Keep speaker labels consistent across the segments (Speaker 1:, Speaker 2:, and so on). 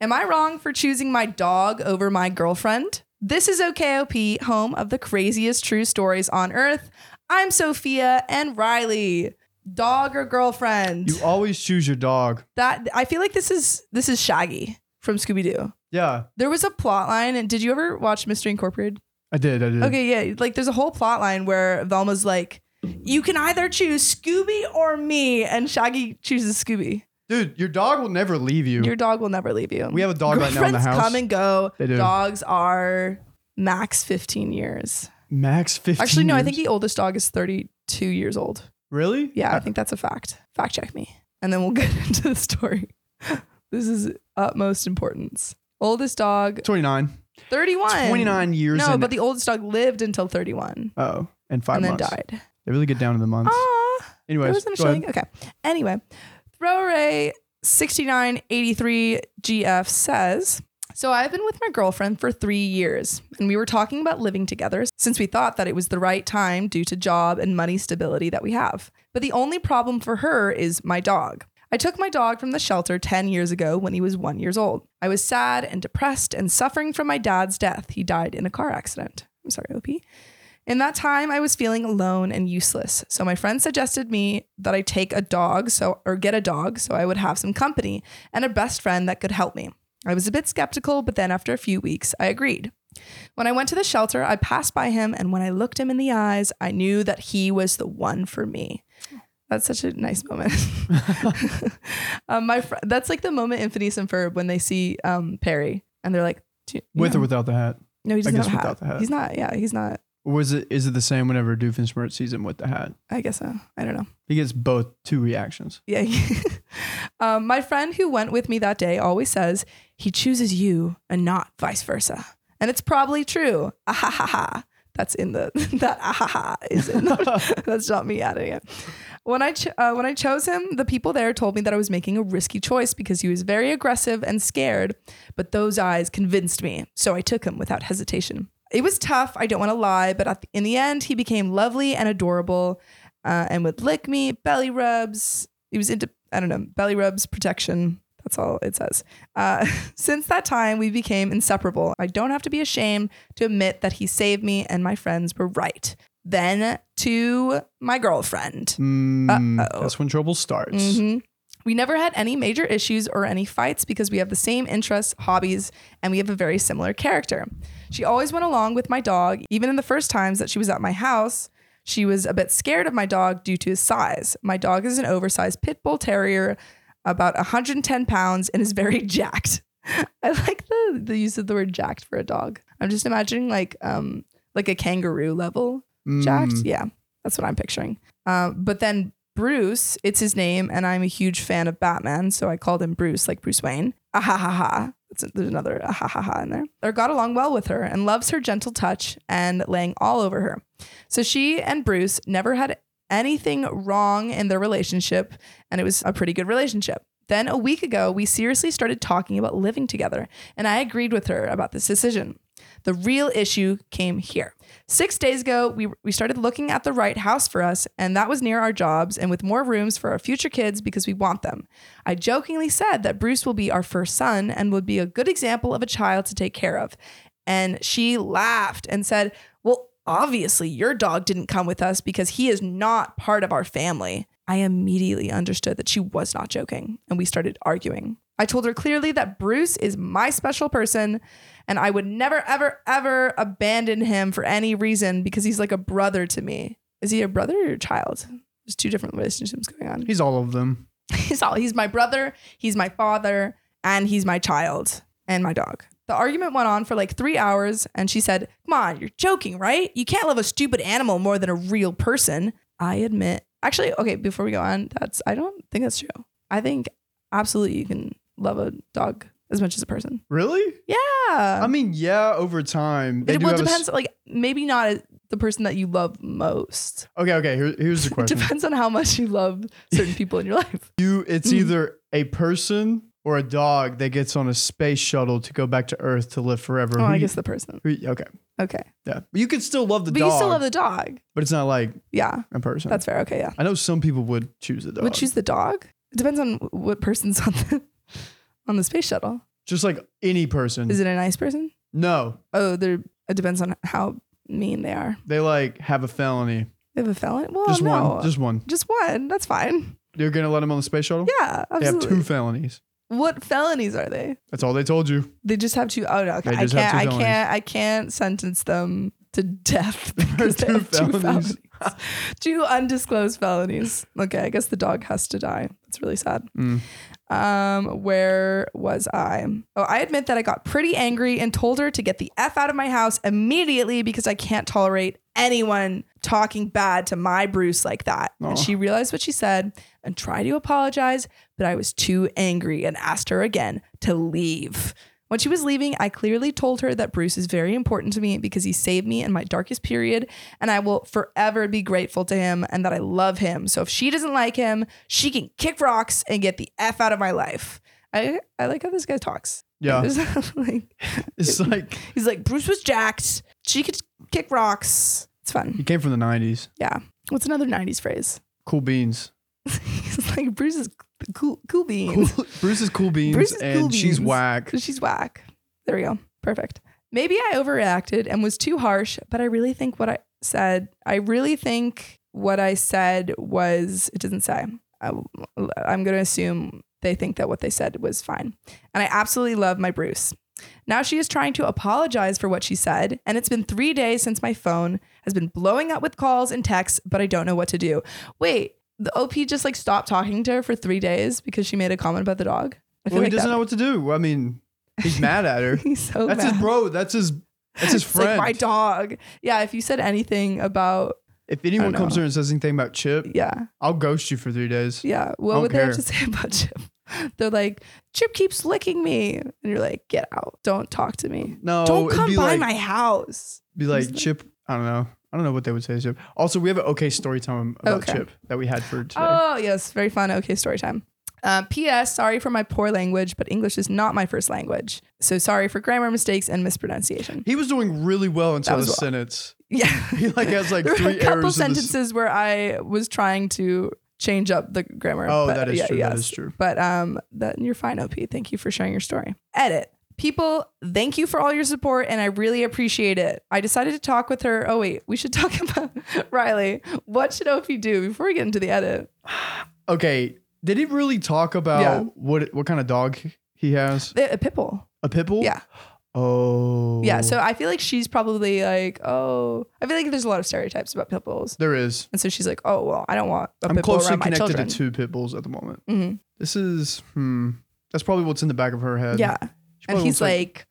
Speaker 1: Am I wrong for choosing my dog over my girlfriend? This is OKOP, home of the craziest true stories on earth. I'm Sophia and Riley. Dog or girlfriend?
Speaker 2: You always choose your dog.
Speaker 1: that I feel like this is this is Shaggy from Scooby Doo.
Speaker 2: Yeah,
Speaker 1: There was a plot line, and did you ever watch Mystery Incorporated?
Speaker 2: I did. I did.
Speaker 1: Okay, yeah. Like there's a whole plot line where Velma's like, you can either choose Scooby or me, and Shaggy chooses Scooby.
Speaker 2: Dude, your dog will never leave you.
Speaker 1: Your dog will never leave you.
Speaker 2: we have a dog right now in the
Speaker 1: Girlfriends
Speaker 2: house.
Speaker 1: come and go.
Speaker 2: They do.
Speaker 1: Dogs are max 15 years.
Speaker 2: Max 15.
Speaker 1: Actually, no, I
Speaker 2: years.
Speaker 1: think the oldest dog is 32 years old.
Speaker 2: Really?
Speaker 1: Yeah, I
Speaker 2: Uh,
Speaker 1: think that's a fact. Fact check me. And then we'll get into the story. This is utmost importance. Oldest dog,
Speaker 2: 29.
Speaker 1: 31.
Speaker 2: 29 years.
Speaker 1: No,
Speaker 2: and,
Speaker 1: but the oldest dog lived until 31
Speaker 2: Oh, and five
Speaker 1: and then
Speaker 2: months.
Speaker 1: died.
Speaker 2: They really get down to the months.
Speaker 1: Ah.
Speaker 2: Anyways,
Speaker 1: there wasn't a
Speaker 2: go ahead.
Speaker 1: shilling. Okay. Anyway, throw array 6983 GF says, so I've been with my girlfriend for three years, and we were talking about living together since we thought that it was the right time due to job and money stability that we have. But the only problem for her is my dog. I took my dog from the shelter 10 years ago when he was one years old. I was sad and depressed and suffering from my dad's death. He died in a car accident. I'm sorry, OP. In that time, I was feeling alone and useless. So my friend suggested me that I take a dog, so or get a dog, so I would have some company and a best friend that could help me. I was a bit skeptical, but then after a few weeks, I agreed. When I went to the shelter, I passed by him, and when I looked him in the eyes, I knew that he was the one for me. That's such a nice moment. um, my fr- that's like the moment in Phineas and Ferb when they see um, Perry, and they're like, "Do you-
Speaker 2: With
Speaker 1: no,
Speaker 2: or without the hat?
Speaker 1: no, he
Speaker 2: I
Speaker 1: doesn't have
Speaker 2: guess
Speaker 1: a hat.
Speaker 2: without the hat.
Speaker 1: He's not. Yeah, he's not.
Speaker 2: Or was it? Is it the same whenever Doofenshmirtz sees him with the hat?
Speaker 1: I guess so. I don't know.
Speaker 2: He gets both two reactions.
Speaker 1: Yeah. um, my friend who went with me that day always says he chooses you and not vice versa, and it's probably true. Ah ha ha ha. That's in the that ah ha ha is in. The, that's not me adding it. When I ch- uh, when I chose him, the people there told me that I was making a risky choice because he was very aggressive and scared. But those eyes convinced me, so I took him without hesitation. It was tough. I don't want to lie, but at the, in the end, he became lovely and adorable, uh, and would lick me, belly rubs. He was into I don't know belly rubs protection. That's all it says. Uh, since that time, we became inseparable. I don't have to be ashamed to admit that he saved me and my friends were right. Then to my girlfriend.
Speaker 2: Mm,
Speaker 1: Uh-oh.
Speaker 2: that's when trouble starts.
Speaker 1: hmm We never had any major issues or any fights because we have the same interests, hobbies, and we have a very similar character. She always went along with my dog, even in the first times that she was at my house. She was a bit scared of my dog due to his size. My dog is an oversized pit bull terrier, about 110 pounds, and is very jacked. I like the the use of the word jacked for a dog. I'm just imagining like um like a kangaroo level
Speaker 2: Mm.
Speaker 1: jacked. Yeah, that's what I'm picturing. Um, but then Bruce, it's his name, and I'm a huge fan of Batman, so I called him Bruce, like Bruce Wayne. Ah ha ha ha. That's there's another ah ha ha ha in there. Or got along well with her and loves her gentle touch and laying all over her. So she and Bruce never had anything wrong in their relationship, and it was a pretty good relationship. Then a week ago, we seriously started talking about living together, and I agreed with her about this decision. The real issue came here. Six days ago, we, we started looking at the right house for us, and that was near our jobs and with more rooms for our future kids because we want them. I jokingly said that Bruce will be our first son and would be a good example of a child to take care of. And she laughed and said, Well, obviously, your dog didn't come with us because he is not part of our family. I immediately understood that she was not joking, and we started arguing. I told her clearly that Bruce is my special person and I would never, ever, ever abandon him for any reason because he's like a brother to me. Is he a brother or a child? There's two different relationships going on.
Speaker 2: He's all of them.
Speaker 1: He's all he's my brother, he's my father, and he's my child and my dog. The argument went on for like three hours, and she said, Come on, you're joking, right? You can't love a stupid animal more than a real person. I admit, actually, okay, before we go on, that's, I don't think that's true. I think absolutely you can love a dog as much as a person.
Speaker 2: Really?
Speaker 1: Yeah.
Speaker 2: I mean, yeah. Over time, they
Speaker 1: It
Speaker 2: do
Speaker 1: well
Speaker 2: have a s-
Speaker 1: depends. like maybe not the person that you love most.
Speaker 2: okay, okay. Here, here's the
Speaker 1: It
Speaker 2: question:
Speaker 1: depends on how much you love certain people in your life.
Speaker 2: You, it's
Speaker 1: Mhm.
Speaker 2: either a person or a dog that gets on a space shuttle to go back to Earth to live forever.
Speaker 1: Oh,
Speaker 2: Who
Speaker 1: I
Speaker 2: you-
Speaker 1: guess the person.
Speaker 2: who you- okay,
Speaker 1: Okay,
Speaker 2: yeah. But you could still love the
Speaker 1: but
Speaker 2: dog,
Speaker 1: you still love the dog.
Speaker 2: but it's not like
Speaker 1: Yeah,
Speaker 2: a person.
Speaker 1: that's fair. Okay, yeah.
Speaker 2: I know some people would choose the dog.
Speaker 1: Would choose the dog. It depends on what person's on the on the space shuttle.
Speaker 2: Just like any person.
Speaker 1: Is it a nice person?
Speaker 2: no,
Speaker 1: Oh, they're it depends on how mean they are.
Speaker 2: they like have a felony.
Speaker 1: They have a felon. Well,
Speaker 2: just
Speaker 1: Oh, no,
Speaker 2: one.
Speaker 1: Just,
Speaker 2: Just one.
Speaker 1: one. That's fine.
Speaker 2: You're gonna let them on the space shuttle?
Speaker 1: Yeah,
Speaker 2: They have
Speaker 1: absolutely.
Speaker 2: two felonies.
Speaker 1: what felonies are they?
Speaker 2: That's all they told you.
Speaker 1: They just have two. Oh no, okay.
Speaker 2: They
Speaker 1: I
Speaker 2: just have
Speaker 1: can't. I
Speaker 2: two felonies.
Speaker 1: can't. I can't sentence them to death because they
Speaker 2: two
Speaker 1: have two felonies.
Speaker 2: felonies.
Speaker 1: two undisclosed felonies. Okay, I guess the dog has to die. That's really sad.
Speaker 2: Mm.
Speaker 1: Um, where was I? Oh, I admit that I got pretty angry and told her to get the F out of my house immediately because I can't tolerate anyone talking bad to my Bruce like that.
Speaker 2: Aw.
Speaker 1: And she realized what she said and tried to apologize, but I was too angry and asked her again to leave. When she was leaving, I clearly told her that Bruce is very important to me because he saved me in my darkest period, and I will forever be grateful to him and that I love him. So if she doesn't like him, she can kick rocks and get the F out of my life. I, I like how this guy talks.
Speaker 2: Yeah.
Speaker 1: There's- like,
Speaker 2: It's like
Speaker 1: he's like, Bruce was jacked. She could kick rocks. It's
Speaker 2: he
Speaker 1: fun.
Speaker 2: came from the nineties.
Speaker 1: What's another 90s phrase?
Speaker 2: Cool beans.
Speaker 1: he's like, Bruce is cool, cool beans.
Speaker 2: Cool- Bruce is cool beans
Speaker 1: Bruce is cool
Speaker 2: and she's
Speaker 1: beans.
Speaker 2: whack.
Speaker 1: She's whack. There we go. Perfect. Maybe I overreacted and was too harsh, but I really think what I said, I really think what I said was, it doesn't say. I, I'm going to assume they think that what they said was fine. And I absolutely love my Bruce. Now she is trying to apologize for what she said, and it's been three days since my phone has been blowing up with calls and texts, but I don't know what to do. Wait, the OP just like stopped talking to her for three days because she made a comment about the dog? I feel
Speaker 2: Well,
Speaker 1: like
Speaker 2: he
Speaker 1: that-
Speaker 2: doesn't know what to do. I mean, he's mad at her.
Speaker 1: He's so
Speaker 2: That's
Speaker 1: mad.
Speaker 2: his bro. That's his. That's his
Speaker 1: It's like
Speaker 2: friend.
Speaker 1: my dog. Yeah, if you said anything about
Speaker 2: if
Speaker 1: I
Speaker 2: anyone
Speaker 1: know.
Speaker 2: comes here and says anything about Chip,
Speaker 1: yeah,
Speaker 2: I'll ghost you for three days.
Speaker 1: yeah, what
Speaker 2: Don't
Speaker 1: would they have
Speaker 2: care.
Speaker 1: to say about Chip? They're like, Chip keeps licking me, and you're like, get out, don't talk to me,
Speaker 2: No,
Speaker 1: don't
Speaker 2: Oh, it'd
Speaker 1: come
Speaker 2: be
Speaker 1: by
Speaker 2: like,
Speaker 1: my house.
Speaker 2: Be like Chip. I don't know. I don't know what they would say to Chip. Also, we have an okay story time about
Speaker 1: Okay.
Speaker 2: Chip that we had for today.
Speaker 1: Oh yes, very fun. Okay, story time. Uh, P.S. Sorry for my poor language, but English is not my first language, so sorry for grammar mistakes and mispronunciation.
Speaker 2: he was doing really well until the
Speaker 1: was well.
Speaker 2: sentence.
Speaker 1: Yeah,
Speaker 2: He like has like
Speaker 1: there were
Speaker 2: three
Speaker 1: a couple
Speaker 2: errors. in this-
Speaker 1: sentences where I was trying to change up the grammar.
Speaker 2: Oh,
Speaker 1: but
Speaker 2: that is
Speaker 1: yeah,
Speaker 2: true. That
Speaker 1: yes.
Speaker 2: is true.
Speaker 1: But um, that you're fine, OP. Thank you for sharing your story. Edit. People, thank you for all your support, and I really appreciate it. I decided to talk with her. Oh wait, we should talk about Riley. What should OP do before we get into the edit?
Speaker 2: Okay. Did he really talk about
Speaker 1: Yeah.
Speaker 2: what what kind of dog he has?
Speaker 1: The, a pitbull.
Speaker 2: A pit bull?
Speaker 1: Yeah.
Speaker 2: Oh.
Speaker 1: Yeah. So I feel like she's probably like, oh, I feel like there's a lot of stereotypes about pit bulls,
Speaker 2: there is.
Speaker 1: and so she's like, oh well, I don't want a
Speaker 2: I'm
Speaker 1: pit bull
Speaker 2: closely
Speaker 1: around my
Speaker 2: connected
Speaker 1: children.
Speaker 2: to two pit bulls at the moment.
Speaker 1: Mhm.
Speaker 2: This is hmm. That's probably what's in the back of her head.
Speaker 1: Yeah.
Speaker 2: She
Speaker 1: And
Speaker 2: probably
Speaker 1: he's
Speaker 2: wants,
Speaker 1: like,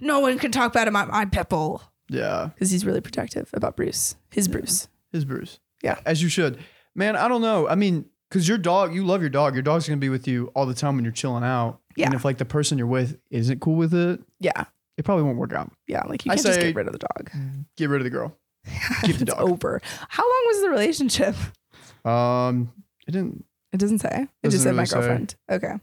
Speaker 1: no one can talk bad about my pit bull.
Speaker 2: yeah,
Speaker 1: Because he's really protective about Bruce. His Bruce.
Speaker 2: his Bruce.
Speaker 1: Yeah.
Speaker 2: as you should. Man, I don't know. I mean, because your dog, you love your dog. Your dog's gonna be with you all the time when you're chilling out.
Speaker 1: Yeah.
Speaker 2: And if like the person you're with isn't cool with it,
Speaker 1: Yeah.
Speaker 2: it probably won't work out.
Speaker 1: Yeah. Like you
Speaker 2: I
Speaker 1: can't just
Speaker 2: say-
Speaker 1: get rid of the dog.
Speaker 2: Get rid of the girl. Keep the
Speaker 1: it's
Speaker 2: dog.
Speaker 1: over. How long was the relationship?
Speaker 2: Um, it didn't.
Speaker 1: It doesn't say. It just
Speaker 2: Doesn't
Speaker 1: said my
Speaker 2: really say.
Speaker 1: girlfriend. Okay.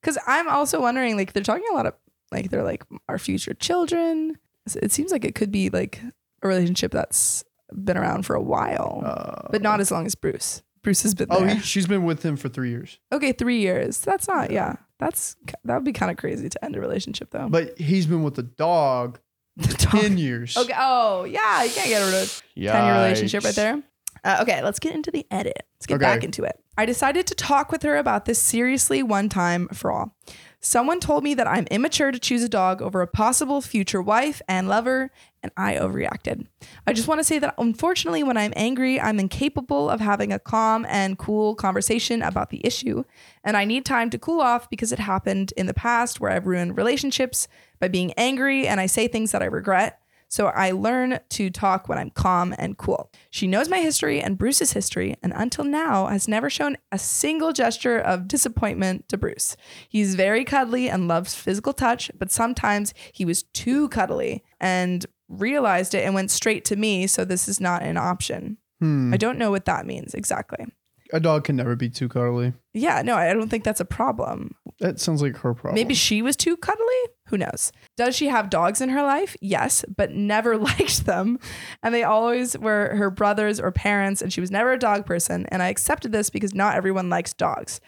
Speaker 1: Because I'm also wondering, like, they're talking a lot of, like, they're like our future children. So It seems like it could be like a relationship that's been around for a while,
Speaker 2: Uh,
Speaker 1: but not as long as Bruce. Bruce has been
Speaker 2: Oh,
Speaker 1: there.
Speaker 2: he, she's been with him for three years,
Speaker 1: okay, three years. That's not. Yeah, that's that would be kind of crazy to end a relationship though.
Speaker 2: but he's been with the dog
Speaker 1: The dog-
Speaker 2: ten years.
Speaker 1: Okay. Oh, yeah. You can't get rid of a 10 year relationship right there. Uh, okay. Let's get into the edit. Let's get
Speaker 2: Okay.
Speaker 1: back into it. I decided to talk with her about this seriously one time for all. Someone told me that I'm immature to choose a dog over a possible future wife and lover, and I overreacted. I just want to say that unfortunately, when I'm angry, I'm incapable of having a calm and cool conversation about the issue, and I need time to cool off because it happened in the past where I've ruined relationships by being angry and I say things that I regret. So I learn to talk when I'm calm and cool. She knows my history and Bruce's history, and until now has never shown a single gesture of disappointment to Bruce. He's very cuddly and loves physical touch, but sometimes he was too cuddly and realized it and went straight to me. So this is not an option.
Speaker 2: Hmm.
Speaker 1: I don't know what that means exactly.
Speaker 2: A dog can never be too cuddly.
Speaker 1: Yeah, no, I don't think that's a problem.
Speaker 2: That sounds like her problem.
Speaker 1: Maybe she was too cuddly. Who knows? Does she have dogs in her life? Yes, but never liked them. And they always were her brothers or parents, and she was never a dog person. And I accepted this because not everyone likes dogs.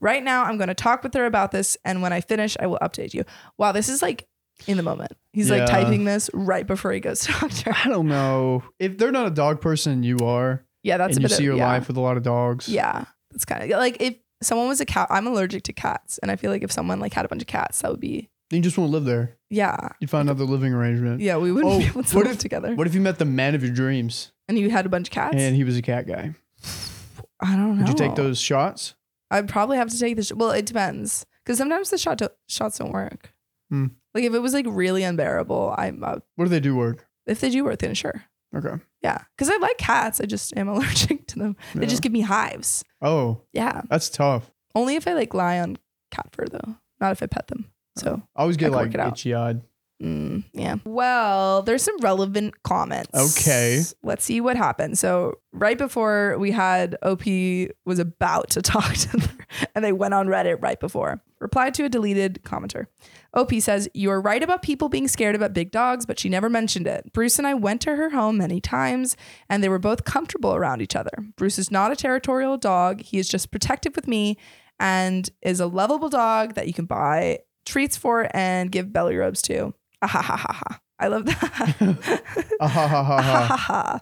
Speaker 1: Right now, I'm going to talk with her about this. And when I finish, I will update you. Wow, this is like in the moment. He's
Speaker 2: Yeah.
Speaker 1: like typing this right before he goes to talk to her.
Speaker 2: I don't know if they're not a dog person. and You are,
Speaker 1: Yeah, that's
Speaker 2: and
Speaker 1: a
Speaker 2: you
Speaker 1: bit
Speaker 2: see
Speaker 1: of
Speaker 2: your
Speaker 1: yeah.
Speaker 2: life with a lot of dogs.
Speaker 1: Yeah, that's kind of like if someone was a cat. I'm allergic to cats, and I feel like if someone like had a bunch of cats, that would be
Speaker 2: then you just won't live there.
Speaker 1: yeah,
Speaker 2: You'd find another living arrangement.
Speaker 1: yeah. We wouldn't
Speaker 2: Oh,
Speaker 1: be able to
Speaker 2: what
Speaker 1: live together.
Speaker 2: What if you met the man of your dreams
Speaker 1: and you had a bunch of cats.
Speaker 2: and he was a cat guy?
Speaker 1: I don't know.
Speaker 2: Would you take those shots?
Speaker 1: I'd probably have to take the. Sh- well, it depends because sometimes the shot do- shots don't work.
Speaker 2: Hmm.
Speaker 1: Like if it was like really unbearable, I'm uh,
Speaker 2: What if they do work?
Speaker 1: if they do work, then sure.
Speaker 2: Okay.
Speaker 1: Yeah, because I like cats. I just am allergic to them. They
Speaker 2: Yeah.
Speaker 1: just give me hives.
Speaker 2: oh,
Speaker 1: Yeah,
Speaker 2: that's tough.
Speaker 1: only if I like lie on cat fur though, not if I pet them. So
Speaker 2: I always
Speaker 1: I
Speaker 2: get
Speaker 1: can
Speaker 2: like
Speaker 1: work it out.
Speaker 2: itchy eyed.
Speaker 1: Mm, yeah. Well, there's some relevant comments.
Speaker 2: Okay.
Speaker 1: Let's see what happened. So right before we had OP was about to talk to them, and they went on Reddit right before. Replied to a deleted commenter. OP says, You're right about people being scared about big dogs, but she never mentioned it. Bruce and I went to her home many times, and they were both comfortable around each other. Bruce is not a territorial dog. He is just protective with me and is a lovable dog that you can buy treats for and give belly rubs to. Ah, ha ha ha ha. I love that.
Speaker 2: Ah, ha, ha, ha,
Speaker 1: Ah, ha
Speaker 2: ha.
Speaker 1: ha ha.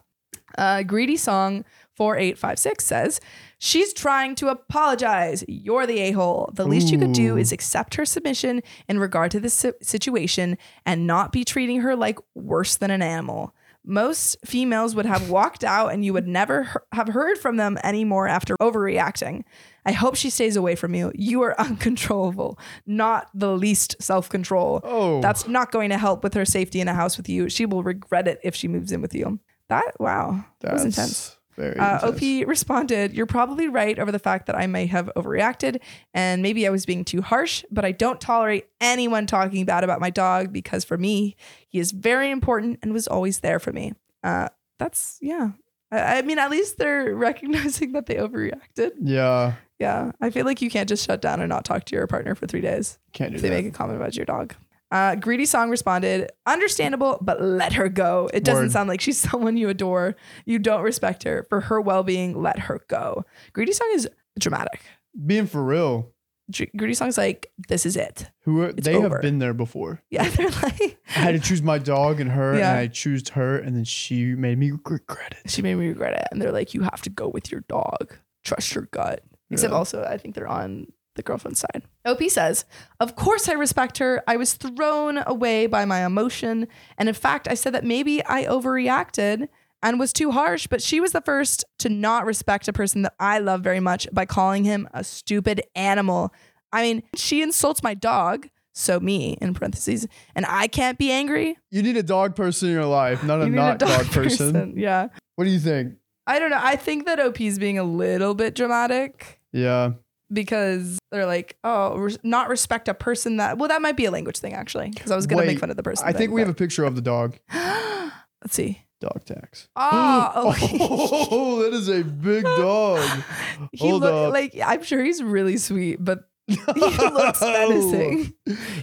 Speaker 1: Uh, Greedy Song 4856 says, She's trying to apologize. You're the a hole. The least you could do
Speaker 2: Ooh.
Speaker 1: is accept her submission in regard to this si- situation and not be treating her like worse than an animal. Most females would have walked out and you would never he- have heard from them anymore after overreacting. I hope she stays away from you. You are uncontrollable, not the least self control.
Speaker 2: oh,
Speaker 1: That's not going to help with her safety in a house with you. She will regret it if she moves in with you. That wow, that was
Speaker 2: that's
Speaker 1: intense.
Speaker 2: Very
Speaker 1: Uh,
Speaker 2: intense.
Speaker 1: OP responded, "You're probably right over the fact that I may have overreacted, and maybe I was being too harsh. But I don't tolerate anyone talking bad about my dog because for me, he is very important and was always there for me. Uh, that's yeah. I, I mean, at least they're recognizing that they overreacted.
Speaker 2: Yeah,
Speaker 1: Yeah, I feel like you can't just shut down and not talk to your partner for three days."
Speaker 2: can't do
Speaker 1: if they
Speaker 2: that.
Speaker 1: make a comment about your dog. Uh, Greedy Song responded, understandable, but let her go. It doesn't
Speaker 2: Word.
Speaker 1: sound like she's someone you adore. You don't respect her. For her well being, let her go. Greedy Song is dramatic.
Speaker 2: Being for real,
Speaker 1: Dr- Greedy Song's like, this is it.
Speaker 2: who
Speaker 1: It's
Speaker 2: they
Speaker 1: over.
Speaker 2: have been there before.
Speaker 1: Yeah, they're like,
Speaker 2: I had to choose my dog and her,
Speaker 1: Yeah.
Speaker 2: and I choose her, and then she made me regret it.
Speaker 1: she made me regret it. And they're like, you have to go with your dog. Trust your gut. Except
Speaker 2: Yeah.
Speaker 1: also, I think they're on the girlfriend's side. OP says, Of course I respect her. I was thrown away by my emotion. And in fact, I said that maybe I overreacted and was too harsh, but she was the first to not respect a person that I love very much by calling him a stupid animal. I mean, she insults my dog. So me in parentheses, and I can't be angry.
Speaker 2: You need a dog person in your life, not a
Speaker 1: You need
Speaker 2: not dog, person.
Speaker 1: yeah.
Speaker 2: What do you think?
Speaker 1: I don't know. I think that OP is being a little bit dramatic.
Speaker 2: Yeah,
Speaker 1: because they're like, oh, res- not respect a person that. Well, that might be a language thing actually, because I was gonna make
Speaker 2: Wait,
Speaker 1: fun of the person.
Speaker 2: I think we have a picture of the dog.
Speaker 1: have. Let's see.
Speaker 2: Dog tax.
Speaker 1: Oh, okay.
Speaker 2: Oh, that is a big dog.
Speaker 1: he
Speaker 2: Hold
Speaker 1: looked
Speaker 2: up.
Speaker 1: like I'm sure he's really sweet, but he looks menacing.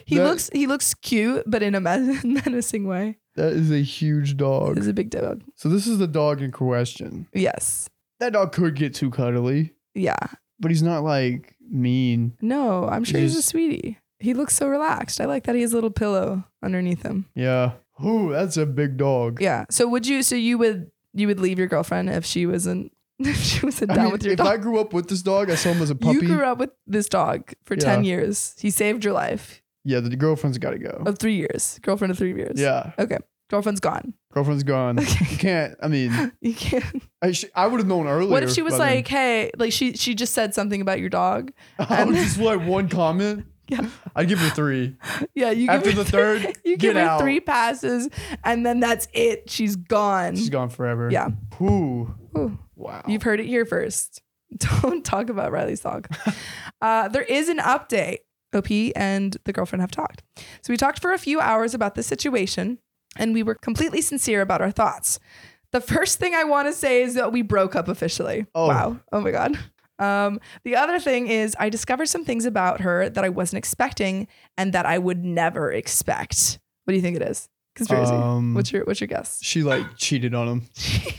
Speaker 1: He
Speaker 2: That-
Speaker 1: looks he looks cute, but in a men- menacing way.
Speaker 2: That is a huge dog.
Speaker 1: He's a big dog.
Speaker 2: So this is the dog in question.
Speaker 1: Yes.
Speaker 2: That dog could get too cuddly,
Speaker 1: Yeah.
Speaker 2: but he's not like mean.
Speaker 1: No, I'm sure he's a
Speaker 2: Just-
Speaker 1: sweetie. He looks so relaxed. I like that he has a little pillow underneath him.
Speaker 2: Yeah. Ooh, that's a big dog.
Speaker 1: Yeah. So would you? So you would you would leave your girlfriend if she wasn't if she wasn't
Speaker 2: I
Speaker 1: down
Speaker 2: mean,
Speaker 1: with your
Speaker 2: if
Speaker 1: dog?
Speaker 2: I grew up with this dog, I saw him as a puppy.
Speaker 1: You grew up with this dog for 10 years. He saved your life
Speaker 2: yeah, the girlfriend's got to go.
Speaker 1: of three years, girlfriend of three years.
Speaker 2: Yeah,
Speaker 1: Girlfriend's gone.
Speaker 2: girlfriend's gone.
Speaker 1: Okay.
Speaker 2: You can't. I mean,
Speaker 1: You can't.
Speaker 2: I, sh- I would have known earlier.
Speaker 1: What if she was
Speaker 2: by then.
Speaker 1: like, hey, like she she just said something about your dog?
Speaker 2: I would just like one comment?
Speaker 1: um, Yeah.
Speaker 2: I'd give her three.
Speaker 1: Yeah, you
Speaker 2: After
Speaker 1: give her
Speaker 2: the third,
Speaker 1: three- you
Speaker 2: get
Speaker 1: give her
Speaker 2: out.
Speaker 1: three passes and then that's it. She's gone.
Speaker 2: She's gone forever.
Speaker 1: Yeah.
Speaker 2: Ooh.
Speaker 1: Ooh.
Speaker 2: Wow.
Speaker 1: You've heard it here first. Don't talk about Riley's dog. uh, there is an update. OP and the girlfriend have talked. So we talked for a few hours about the situation and we were completely sincere about our thoughts. The first thing I want to say is that we broke up officially.
Speaker 2: Oh.
Speaker 1: Wow. Oh my God. Um, the other thing is, I discovered some things about her that I wasn't expecting and that I would never expect. What do you think it is? Conspiracy.
Speaker 2: Um,
Speaker 1: what's your What's your guess?
Speaker 2: she like cheated on him.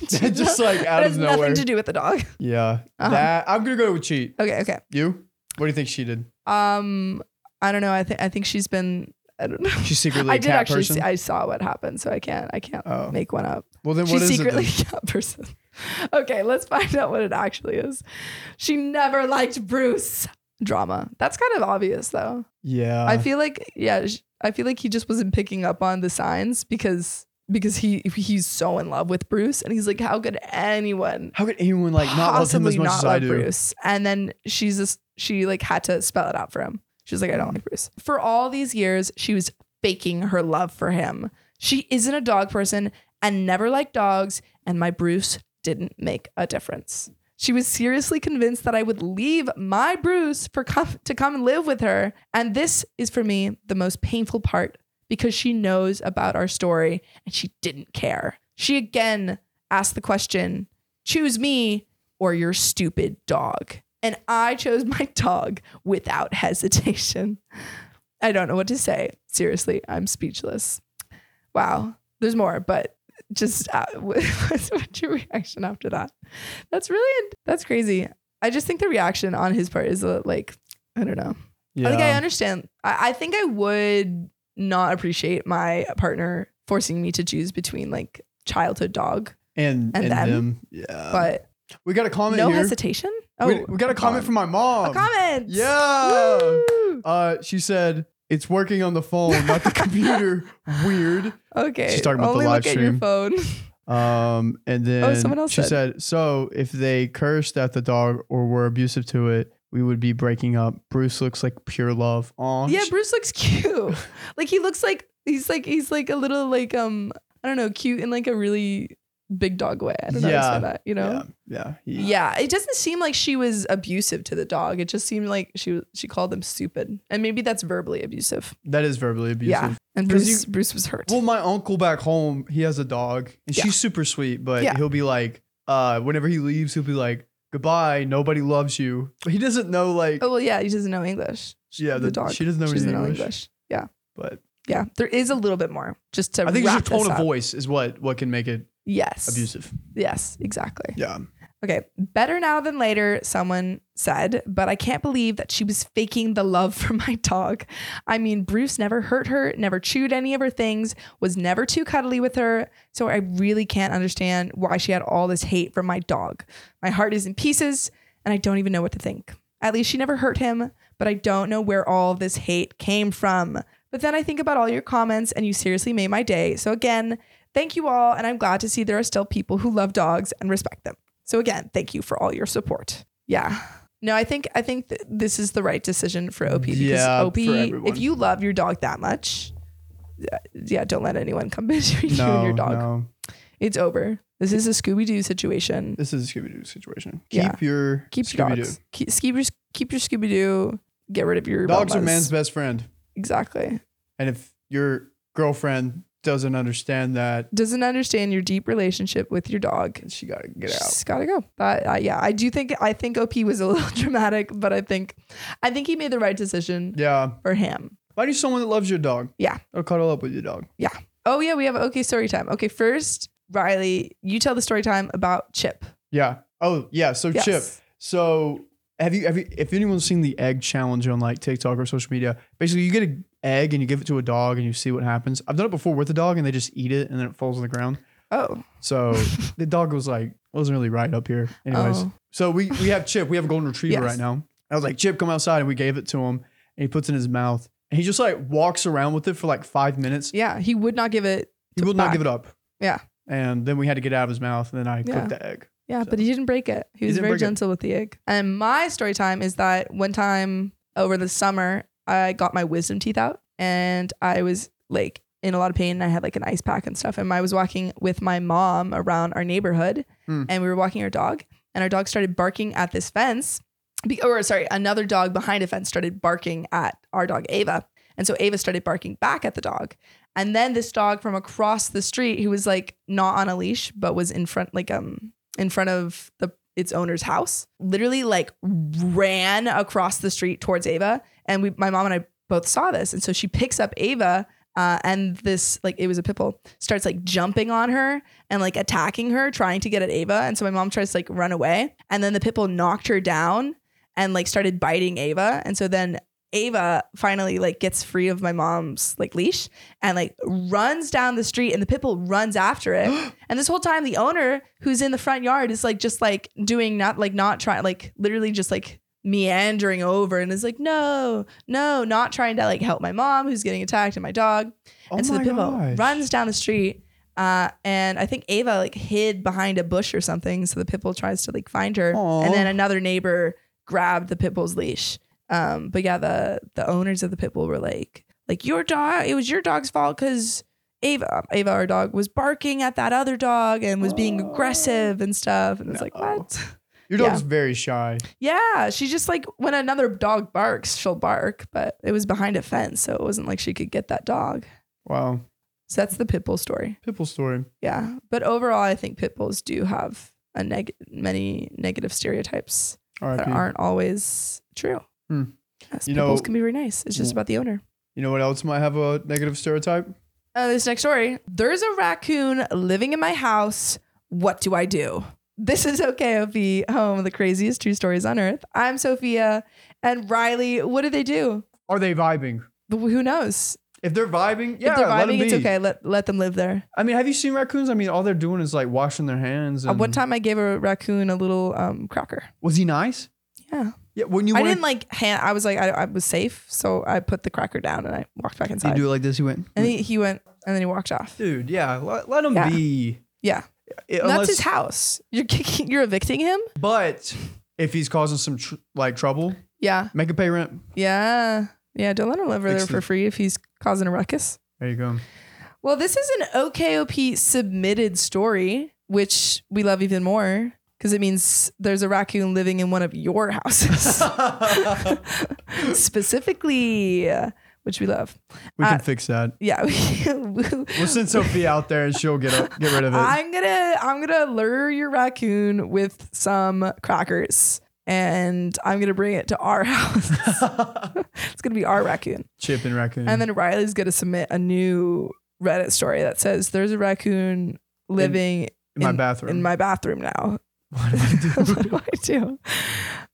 Speaker 2: Just like out
Speaker 1: that
Speaker 2: of
Speaker 1: has
Speaker 2: nowhere.
Speaker 1: nothing to do with the dog.
Speaker 2: yeah.
Speaker 1: Uh-huh.
Speaker 2: That I'm gonna go with cheat.
Speaker 1: Okay. Okay.
Speaker 2: You? What do you think she did?
Speaker 1: Um, I don't know. I think I think she's been. I don't know.
Speaker 2: She's secretly a
Speaker 1: I did
Speaker 2: cat
Speaker 1: actually.
Speaker 2: person.
Speaker 1: See, I saw what happened, so I can't. I can't
Speaker 2: oh,
Speaker 1: make one up.
Speaker 2: well then, what
Speaker 1: she's
Speaker 2: is
Speaker 1: secretly
Speaker 2: it?
Speaker 1: a cat person. Okay, let's find out what it actually is. She never liked Bruce. Drama. That's kind of obvious, though.
Speaker 2: then? Yeah,
Speaker 1: I feel like yeah. sh- I feel like he just wasn't picking up on the signs because because he he's so in love with Bruce, and he's like, how could anyone
Speaker 2: How could anyone like not love him
Speaker 1: possibly
Speaker 2: as much
Speaker 1: not
Speaker 2: as I
Speaker 1: love
Speaker 2: do?
Speaker 1: Bruce. And then she's just, she like had to spell it out for him. She was like, I don't like Bruce. For all these years, she was faking her love for him. She isn't a dog person and never liked dogs, and my Bruce didn't make a difference. She was seriously convinced that I would leave my Bruce for come, to come and live with her. And this is for me the most painful part because she knows about our story and she didn't care. She again asked the question choose me or your stupid dog. And I chose my dog without hesitation. I don't know what to say. Seriously, I'm speechless. Wow. There's more, but just uh, what's what's your reaction after that? That's really, that's crazy. I just think the reaction on his part is uh, like, I don't know.
Speaker 2: Yeah,
Speaker 1: I think I understand. I, I think I would not appreciate my partner forcing me to choose between like childhood dog,
Speaker 2: and
Speaker 1: and
Speaker 2: and
Speaker 1: them.
Speaker 2: them. Yeah,
Speaker 1: but
Speaker 2: we got a Uh, comment
Speaker 1: no
Speaker 2: here.
Speaker 1: hesitation. Oh,
Speaker 2: we, we got a comment from my mom.
Speaker 1: a comment.
Speaker 2: Yeah.
Speaker 1: Woo!
Speaker 2: Uh, she said it's working on the phone, not the computer. Weird.
Speaker 1: Okay.
Speaker 2: She's talking about the
Speaker 1: Only
Speaker 2: live
Speaker 1: look at your
Speaker 2: stream.
Speaker 1: phone.
Speaker 2: Um, and then
Speaker 1: Oh, someone else
Speaker 2: she
Speaker 1: said-
Speaker 2: said, so if they cursed at the dog or were abusive to it, we would be breaking up. Bruce looks like pure love. Aw.
Speaker 1: yeah, Bruce looks cute. like he looks like he's like he's like a little like um I don't know cute in like a really big dog way. I don't know how to
Speaker 2: Yeah.
Speaker 1: say that. You know.
Speaker 2: Yeah. Yeah. he-
Speaker 1: Yeah, it doesn't seem like she was abusive to the dog. It just seemed like she was- she called him stupid, and maybe that's verbally abusive.
Speaker 2: That is verbally abusive.
Speaker 1: Yeah, and
Speaker 2: 'Cause
Speaker 1: Bruce Bruce was hurt.
Speaker 2: Well, my uncle back home, he has a dog and
Speaker 1: Yeah.
Speaker 2: she's super sweet, but
Speaker 1: Yeah.
Speaker 2: he'll be like, uh, whenever he leaves, he'll be like, goodbye. Nobody loves you. But he doesn't know like,
Speaker 1: oh well, yeah, he doesn't know English.
Speaker 2: yeah, the, dog. She doesn't know
Speaker 1: She
Speaker 2: any
Speaker 1: doesn't know
Speaker 2: English,
Speaker 1: English. Yeah,
Speaker 2: but
Speaker 1: yeah. There is a little bit more just to.
Speaker 2: I think it's your
Speaker 1: wrap this
Speaker 2: tone of
Speaker 1: up.
Speaker 2: voice is what, what can make it
Speaker 1: Yes.
Speaker 2: abusive.
Speaker 1: Yes, exactly.
Speaker 2: Yeah.
Speaker 1: Okay, better now than later, someone said, but I can't believe that she was faking the love for my dog. I mean, Bruce never hurt her, never chewed any of her things, was never too cuddly with her, so I really can't understand why she had all this hate for my dog. My heart is in pieces, and I don't even know what to think. At least she never hurt him, but I don't know where all this hate came from. But then I think about all your comments, and you seriously made my day. So again, thank you all, and I'm glad to see there are still people who love dogs and respect them. So again, thank you for all your support. Yeah. No, I think I think th- this is the right decision for OP because
Speaker 2: Yeah,
Speaker 1: OP,
Speaker 2: for everyone.
Speaker 1: if you love your dog that much, yeah, yeah, don't let anyone come between you and your dog.
Speaker 2: no.
Speaker 1: It's over. This is a Scooby Doo situation.
Speaker 2: This is a Scooby Doo situation. Keep
Speaker 1: Yeah.
Speaker 2: your
Speaker 1: Keep your
Speaker 2: Scooby-Doo.
Speaker 1: dogs. Keep, keep your keep your Scooby Doo. Get rid of your
Speaker 2: Dogs are
Speaker 1: mamas.
Speaker 2: man's best friend,
Speaker 1: exactly.
Speaker 2: and if your girlfriend doesn't understand that,
Speaker 1: Doesn't understand your deep relationship with your dog.
Speaker 2: then she gotta get out.
Speaker 1: She's gotta go. That uh, yeah, I do think I think OP was a little dramatic, but I think I think he made the right decision
Speaker 2: Yeah,
Speaker 1: for him.
Speaker 2: find you someone that loves your dog.
Speaker 1: Yeah.
Speaker 2: or cuddle up with your dog.
Speaker 1: Oh yeah, we have okay story time. Okay, first Riley, you tell the story time about Chip.
Speaker 2: Yeah. Oh yeah. So
Speaker 1: Yes.
Speaker 2: Chip. So have you have you if anyone's seen the egg challenge on like TikTok or social media? Basically, you get an egg and you give it to a dog and you see what happens. I've done it before with a dog and they just eat it and then it falls on the ground.
Speaker 1: Oh,
Speaker 2: So the dog was like wasn't really right up here. Anyways.
Speaker 1: oh,
Speaker 2: So we we have Chip. We have a golden retriever
Speaker 1: Yes.
Speaker 2: right now. I was like, Chip, come outside, and we gave it to him, and he puts it in his mouth, and he just like walks around with it for like five minutes.
Speaker 1: yeah. He would not give it.
Speaker 2: He will not give it up.
Speaker 1: Yeah.
Speaker 2: And then we had to get it out of his mouth, and then I
Speaker 1: Yeah.
Speaker 2: cooked the egg.
Speaker 1: Yeah,
Speaker 2: So-
Speaker 1: but he didn't break it. He
Speaker 2: He
Speaker 1: was
Speaker 2: didn't
Speaker 1: very
Speaker 2: break it.
Speaker 1: gentle with the egg. And my story time is that one time over the summer, I got my wisdom teeth out and I was like in a lot of pain. And I had like an ice pack and stuff. And I was walking with my mom around our neighborhood
Speaker 2: Hmm.
Speaker 1: and we were walking our dog and our dog started barking at this fence. Be- or sorry, another dog behind a fence started barking at our dog, Ava. And so Ava started barking back at the dog. And then this dog from across the street, who was like not on a leash, but was in front, like, um, in front of the its owner's house literally like ran across the street towards ava and we my mom and i both saw this and so she picks up ava uh, and this like it was a pit bull starts like jumping on her and like attacking her trying to get at ava and so my mom tries to like run away and then the pit bull knocked her down and like started biting Ava. And so then Ava finally like gets free of my mom's like leash and like runs down the street and the pit bull runs after it. and this whole time the owner who's in the front yard is like just like doing not like not trying like literally just like meandering over and is like no no not trying to like help my mom who's getting attacked and my dog
Speaker 2: Oh
Speaker 1: and so the
Speaker 2: my
Speaker 1: pit bull
Speaker 2: gosh.
Speaker 1: runs down the street. Uh, and I think Ava like hid behind a bush or something. So the pit bull tries to like find her.
Speaker 2: Aw.
Speaker 1: And then another neighbor grabbed the pit bull's leash. Um, but yeah, the the owners of the pit bull were like, like your dog, it was your dog's fault because Ava, Ava, our dog, was barking at that other dog and was being
Speaker 2: Oh.
Speaker 1: aggressive and stuff. And it's like,
Speaker 2: No.
Speaker 1: what?
Speaker 2: Your
Speaker 1: yeah.
Speaker 2: dog's very shy.
Speaker 1: Yeah, she just like when another dog barks, she'll bark. But it was behind a fence, so it wasn't like she could get that dog.
Speaker 2: Wow.
Speaker 1: So that's the pit bull story.
Speaker 2: Pit bull story.
Speaker 1: Yeah. But overall, I think pit bulls do have a neg- many negative stereotypes
Speaker 2: All
Speaker 1: that
Speaker 2: right.
Speaker 1: aren't always true.
Speaker 2: Hmm.
Speaker 1: Yes,
Speaker 2: You
Speaker 1: pit bulls
Speaker 2: know-
Speaker 1: can be very nice. It's just about the owner.
Speaker 2: You know what else might have a negative stereotype?
Speaker 1: Uh, this next story there's a raccoon living in my house. What do I do? This is OKOP, home of the craziest true stories on earth. I'm Sophia and Riley. What do they do?
Speaker 2: Are they vibing?
Speaker 1: Who knows?
Speaker 2: If they're vibing, yeah,
Speaker 1: if they're
Speaker 2: let 'em
Speaker 1: vibing, it's
Speaker 2: be.
Speaker 1: okay. Let, let them live there.
Speaker 2: I mean, have you seen raccoons? I mean, all they're doing is like washing their hands.
Speaker 1: At
Speaker 2: And
Speaker 1: Uh, one time, I gave a raccoon a little um, cracker.
Speaker 2: was he nice?
Speaker 1: Yeah.
Speaker 2: Yeah, when you
Speaker 1: I
Speaker 2: went,
Speaker 1: didn't like hand. I was like, I, I was safe, so I put the cracker down and I walked back
Speaker 2: you
Speaker 1: inside.
Speaker 2: do it like this. You went,
Speaker 1: and he, he went, and then he walked off.
Speaker 2: dude. Yeah, let, let him
Speaker 1: Yeah.
Speaker 2: be.
Speaker 1: Yeah,
Speaker 2: It-
Speaker 1: And that's
Speaker 2: unless-
Speaker 1: his house. You're kicking, you're evicting him.
Speaker 2: But if he's causing some tr- like trouble,
Speaker 1: Yeah,
Speaker 2: make him pay rent.
Speaker 1: yeah, yeah. Don't let him live there for
Speaker 2: Excellent.
Speaker 1: free if he's causing a ruckus.
Speaker 2: There you go.
Speaker 1: Well, this is an OKOP submitted story, which we love even more because it means there's a raccoon living in one of your houses specifically, which we love.
Speaker 2: we can
Speaker 1: Uh,
Speaker 2: fix that.
Speaker 1: Yeah,
Speaker 2: We'll send Sophie out there and she'll get up, get rid of it.
Speaker 1: I'm gonna I'm gonna lure your raccoon with some crackers and I'm gonna bring it to our house. it's gonna be our raccoon.
Speaker 2: Chip and raccoon.
Speaker 1: And then Riley's gonna submit a new Reddit story that says there's a raccoon living
Speaker 2: in my
Speaker 1: in-
Speaker 2: bathroom.
Speaker 1: in my bathroom now.
Speaker 2: What do I
Speaker 1: what
Speaker 2: do?
Speaker 1: do I do?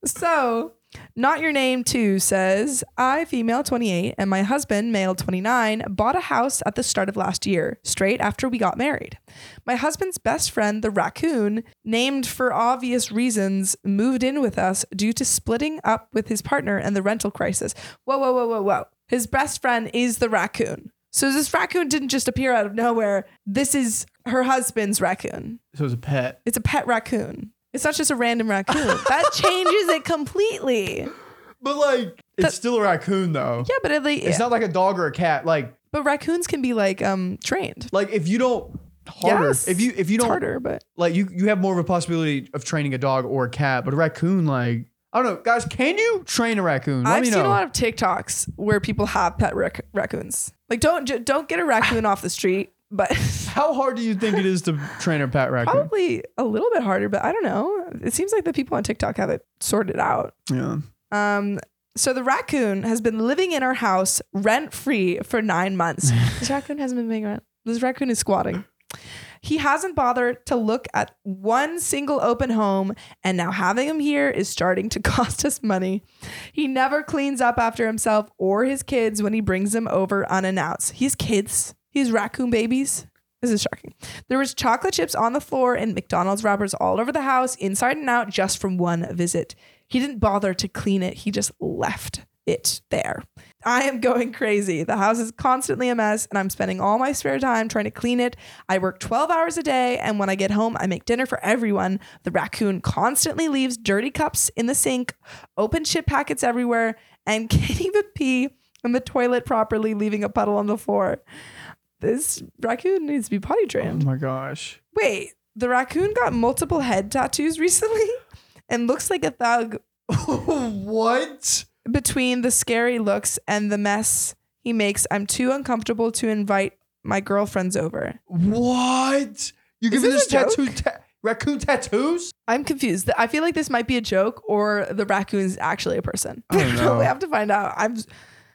Speaker 1: So, not your name too says, I, female 28, and my husband, male 29, bought a house at the start of last year, straight after we got married. My husband's best friend, the raccoon, named for obvious reasons, moved in with us due to splitting up with his partner and the rental crisis. Whoa, whoa, whoa, whoa, whoa. His best friend is the raccoon. So, this raccoon didn't just appear out of nowhere. This is her husband's raccoon.
Speaker 2: so it's a pet.
Speaker 1: It's a pet raccoon. It's not just a random raccoon. that changes it completely.
Speaker 2: But like, it's still a raccoon though.
Speaker 1: Yeah, but it, like,
Speaker 2: It's not like a dog or a cat. Like,
Speaker 1: but raccoons can be like um trained. It's
Speaker 2: like if you don't harder,
Speaker 1: Yes.
Speaker 2: if you if you don't
Speaker 1: harder, but
Speaker 2: like you you have more of a possibility of training a dog or a cat, but a raccoon, like I don't know, guys, can you train a raccoon? Let
Speaker 1: I've
Speaker 2: me
Speaker 1: seen
Speaker 2: know.
Speaker 1: a lot of TikToks where people have pet rac- raccoons. Like don't j- don't get a raccoon off the street, but
Speaker 2: How hard do you think it is to train a pet raccoon?
Speaker 1: probably a little bit harder. But I don't know. It seems like the people on TikTok have it sorted out.
Speaker 2: Yeah.
Speaker 1: Um, so the raccoon has been living in our house rent free for nine months. this raccoon hasn't been paying rent. This raccoon is squatting. He hasn't bothered to look at one single open home, and now having him here is starting to cost us money. He never cleans up after himself or his kids when he brings them over unannounced. He's kids. He's raccoon babies. This is shocking. There was chocolate chips on the floor and McDonald's wrappers all over the house, inside and out, just from one visit. He didn't bother to clean it. He just left it there. I am going crazy. The house is constantly a mess, and I'm spending all my spare time trying to clean it. I work 12 hours a day, and when I get home, I make dinner for everyone. The raccoon constantly leaves dirty cups in the sink, open chip packets everywhere, and can't even pee in the toilet properly, leaving a puddle on the floor. This raccoon needs to be potty
Speaker 2: Oh
Speaker 1: trained.
Speaker 2: my gosh.
Speaker 1: Wait, the raccoon got multiple head tattoos recently and looks like a thug
Speaker 2: what?
Speaker 1: between the scary looks and the mess he makes, I'm too uncomfortable to invite my girlfriends over.
Speaker 2: What? You're
Speaker 1: Is
Speaker 2: giving
Speaker 1: this
Speaker 2: this,
Speaker 1: a
Speaker 2: tattoo ta- raccoon tattoos?
Speaker 1: I'm confused. I feel like this might be a joke or the raccoon is actually a person.
Speaker 2: I don't know.
Speaker 1: we have to find out. I'm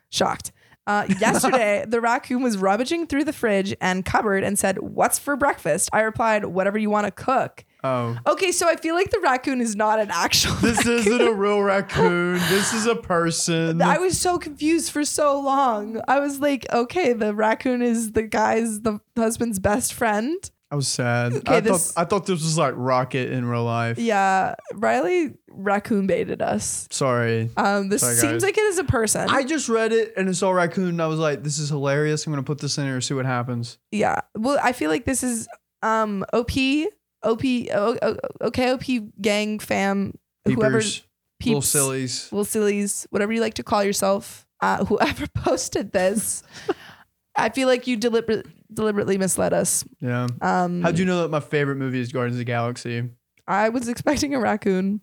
Speaker 1: shocked. Uh, yesterday, the raccoon was rummaging through the fridge and cupboard and said, What's for breakfast? I replied, Whatever you want to cook.
Speaker 2: Oh.
Speaker 1: Okay, so I feel like the raccoon is not an actual.
Speaker 2: This isn't a real raccoon. This is a person.
Speaker 1: I was so confused for so long. I was like, okay, the raccoon is the guy's the husband's best friend.
Speaker 2: I was sad.
Speaker 1: Okay,
Speaker 2: I
Speaker 1: this-
Speaker 2: thought I thought this was like Rocket in real life.
Speaker 1: Yeah, Riley raccoon baited us.
Speaker 2: Sorry.
Speaker 1: Um, this
Speaker 2: Sorry,
Speaker 1: seems
Speaker 2: guys.
Speaker 1: like it is a person.
Speaker 2: I just read it and it's all raccoon and I was like, this is hilarious. I'm gonna put this in here and see what happens.
Speaker 1: yeah. Well, I feel like this is um op op O- O- okay op gang fam whoever
Speaker 2: Peepers, little
Speaker 1: peeps,
Speaker 2: sillies.
Speaker 1: little sillies whatever you like to call yourself. Uh, whoever posted this, I feel like you deliberate deliberately misled us.
Speaker 2: Yeah.
Speaker 1: Um,
Speaker 2: How'd you know that my favorite movie is Guardians of the Galaxy?
Speaker 1: I was expecting a raccoon,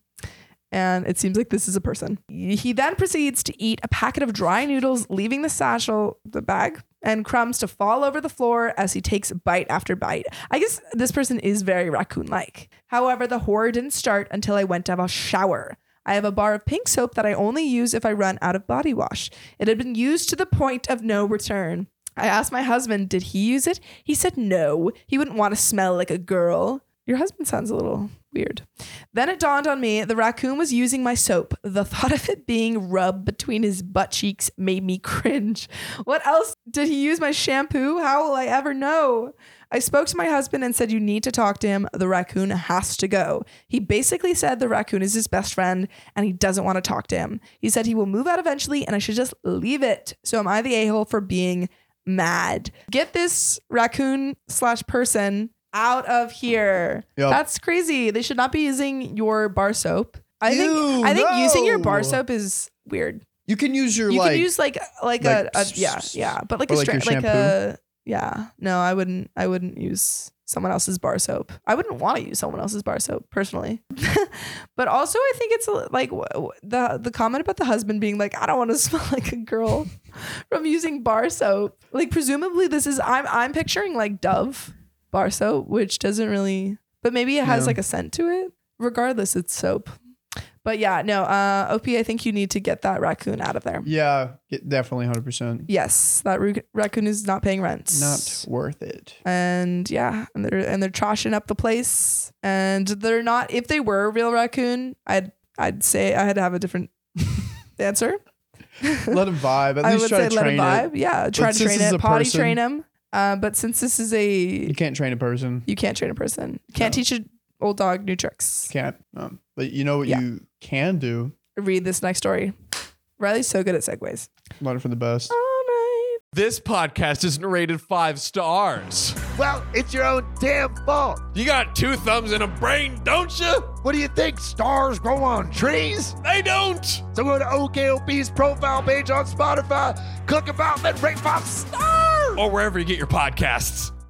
Speaker 1: and it seems like this is a person. He then proceeds to eat a packet of dry noodles, leaving the satchel, the bag, and crumbs to fall over the floor as he takes bite after bite. I guess this person is very raccoon like. However, the horror didn't start until I went to have a shower. I have a bar of pink soap that I only use if I run out of body wash. It had been used to the point of no return. I asked my husband, did he use it? He said no. He wouldn't want to smell like a girl. Your husband sounds a little weird. Then it dawned on me the raccoon was using my soap. The thought of it being rubbed between his butt cheeks made me cringe. What else did he use my shampoo? How will I ever know? I spoke to my husband and said, You need to talk to him. The raccoon has to go. He basically said the raccoon is his best friend and he doesn't want to talk to him. He said he will move out eventually and I should just leave it. So am I the a hole for being mad? Get this raccoon slash person out of here.
Speaker 2: Yep.
Speaker 1: That's crazy. They should not be using your bar soap. I
Speaker 2: Ew,
Speaker 1: think I think using your bar
Speaker 2: no.
Speaker 1: soap is weird.
Speaker 2: You can use your
Speaker 1: You
Speaker 2: like
Speaker 1: can use like like,
Speaker 2: like
Speaker 1: a, a
Speaker 2: s-
Speaker 1: yeah
Speaker 2: s-
Speaker 1: yeah, but like
Speaker 2: or
Speaker 1: a
Speaker 2: like your
Speaker 1: straight like a yeah. No, I wouldn't. I wouldn't use someone else's bar soap. I wouldn't want to use someone else's bar soap personally. but also, I think it's a- like wh- wh- the the comment about the husband being like, "I don't want to smell like a girl from using bar soap." Like presumably, this is I'm I'm picturing like Dove bar soap, which doesn't really, but maybe it has
Speaker 2: Yeah.
Speaker 1: like a scent to it. Regardless, it's soap. But yeah, no, uh, OP, I think you need to get that raccoon out of there.
Speaker 2: Yeah, it- definitely hundred percent.
Speaker 1: Yes, that rac- raccoon is not paying rent.
Speaker 2: Not worth it.
Speaker 1: And yeah, and they're and they're trashing up the place. And they're not. If they were a real raccoon, I'd I'd say I had to have a different answer.
Speaker 2: Let it vibe. At
Speaker 1: I
Speaker 2: least
Speaker 1: would
Speaker 2: try
Speaker 1: say
Speaker 2: to
Speaker 1: let
Speaker 2: train
Speaker 1: him vibe.
Speaker 2: it.
Speaker 1: Yeah, try
Speaker 2: But
Speaker 1: to
Speaker 2: since
Speaker 1: train
Speaker 2: this is
Speaker 1: it,
Speaker 2: a
Speaker 1: potty
Speaker 2: person-
Speaker 1: train him. Uh, but since this is
Speaker 2: You
Speaker 1: a
Speaker 2: can't train a person.
Speaker 1: you can't train a person, can't
Speaker 2: No.
Speaker 1: teach an old dog new tricks.
Speaker 2: Can't. Um, but you know what
Speaker 1: Yeah.
Speaker 2: you can do.
Speaker 1: Read this next story. Riley's so good at segues.
Speaker 2: Learn from the best.
Speaker 1: All right.
Speaker 3: This podcast isn't rated five stars.
Speaker 4: Well, it's your own damn fault.
Speaker 3: You got two thumbs and a brain, don't you?
Speaker 4: What do you think? Stars grow on trees?
Speaker 3: They don't.
Speaker 4: So go to OKOP's profile page on Spotify, click about, and rate five stars.
Speaker 3: Or wherever you get your podcasts.